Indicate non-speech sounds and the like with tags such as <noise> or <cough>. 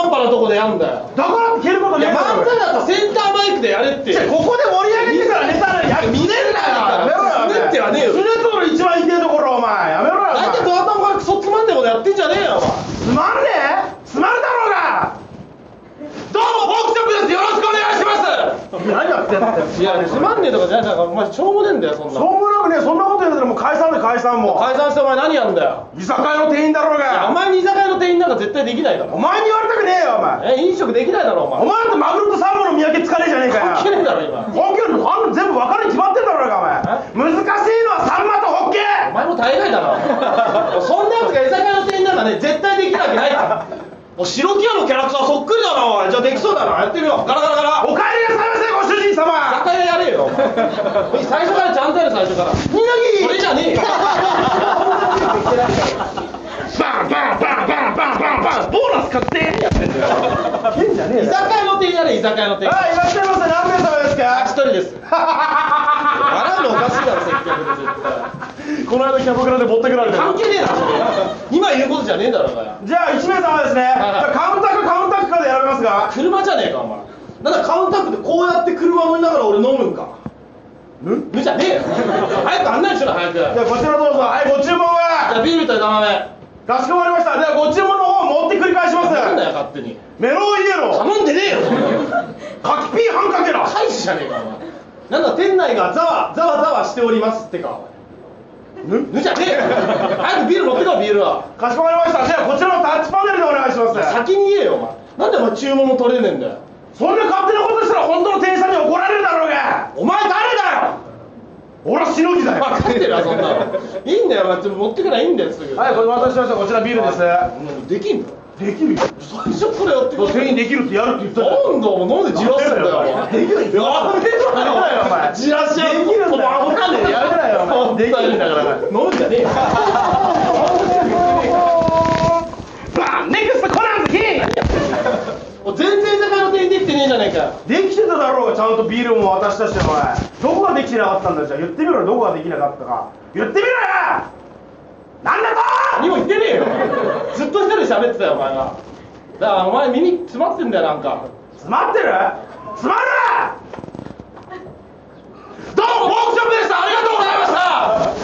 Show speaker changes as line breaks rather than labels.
違うんだよ
だからいけること
い
ねえ
や
だ
漫
ろ
才だったらセンターマイクでやれって
じゃあここで盛り上げてからネタなんや
見ねえ
や
なよ
めろよ
滑ってはねえよ
すねところ一番いけえところお前やめろよお前
大体ドア頭からクソつまんねえことやってんじゃねえよお前
つまんねえつまるだろうが
どうもフォークショップですよろしくお願いします
何やってんだよ
いやつまんねえとかじゃないだからお前しょうもねえんだよそん
し
な
ょうもなくねそんなこと言うんだったらもう解散だよ解散も
解散してお前何やんだよ
居酒屋の店員だろう
お
が
前に居酒屋の店員なんか絶対できないだ
お
ろ
前に言われたくねえよお前
え飲食できないだろお
お
前
前だってマグロとサーモンの見分けつかねえじゃねえかよ
関係ねえだろ今
本気のあんの全部分かるに決まってんだろうがお前難しいのはサンマとホッケ
お前も大概だなそんなやつが居酒屋の店員なんかね絶対できるわけないからもう白木屋のキャラクターそっくりだなおいじゃあできそうだなやってみようガラガラガラ
お帰りなさいませご主人様
酒屋やれよお前最初からちゃんとやれ最初から
み
それじゃねえよ
バンバンバンバンバンバンバンボーナス確定変じゃねえ
居酒屋の店員やれ居酒屋の店員
あいらっしゃいませ何名様です
あ一
か
人です笑うのおかしいだろ接客で絶対
この間キャバクラでぼったくられ
関係ねえなそれ今言うことじゃねえだろお前
じゃあ1名様ですね、
はい
じゃあカウンタックカウンタックから選べますが
車じゃねえかお前なんだカウンタックでこうやって車乗りながら俺飲むんか
ん
無じゃねえよ早く案内しろ早くじ
じゃ
ゃ
あこちらどうぞはいご注文は
あビールと枝豆
かしこまりましたではご注文の方持って繰り返します
なんだよ勝手に
メロンイエロー
頼んでねえよそんなの
カキピーハンかけら
大使じゃねえかお前なんだ店内がざわざわざわしておりますってかお前ぬぬじゃねえ <laughs> よ早くビール持ってこいビールは
かしこまりましたではこちらのタッチパネルでお願いします
先に言えよお前なんでお前注文も取れねえんだよ
そんな勝手なことしたら本当の店員さんに怒られるだろうが
お前誰だよ
俺はしのぎだよ
分かってるわそんなのいいんだよお前ちょっと持ってくりゃいいんだよすぐ
はい、これ渡しました。こちらビールです。
できんの
できるよ。
最初これやってくれ
店員できるってやるって言ったじゃん
なんだお前なんでじらすんだよお前
できるよ
やめ
やめ
ろ
ろよお前
じらしや
できるんだよ
お前わかんねえ
やめろよお前
本当に
できるんだから
飲んじゃねえよ
バン、ネクストコナンズキー。
もう全然居酒屋の店員できてねえじゃねえかよ
できてただろうが、ちゃんとビールも渡したし、お前。どこができてなかったんだよ。じゃあ言ってみろよ。どこができなかったか。言ってみろよ。なんだ
何も言ってねえよずっと一人で喋ってたよお前がだからお前耳詰まってんだよなんか
と。詰まってる。詰まるな。
どうもフォークショップでしたありがとうございました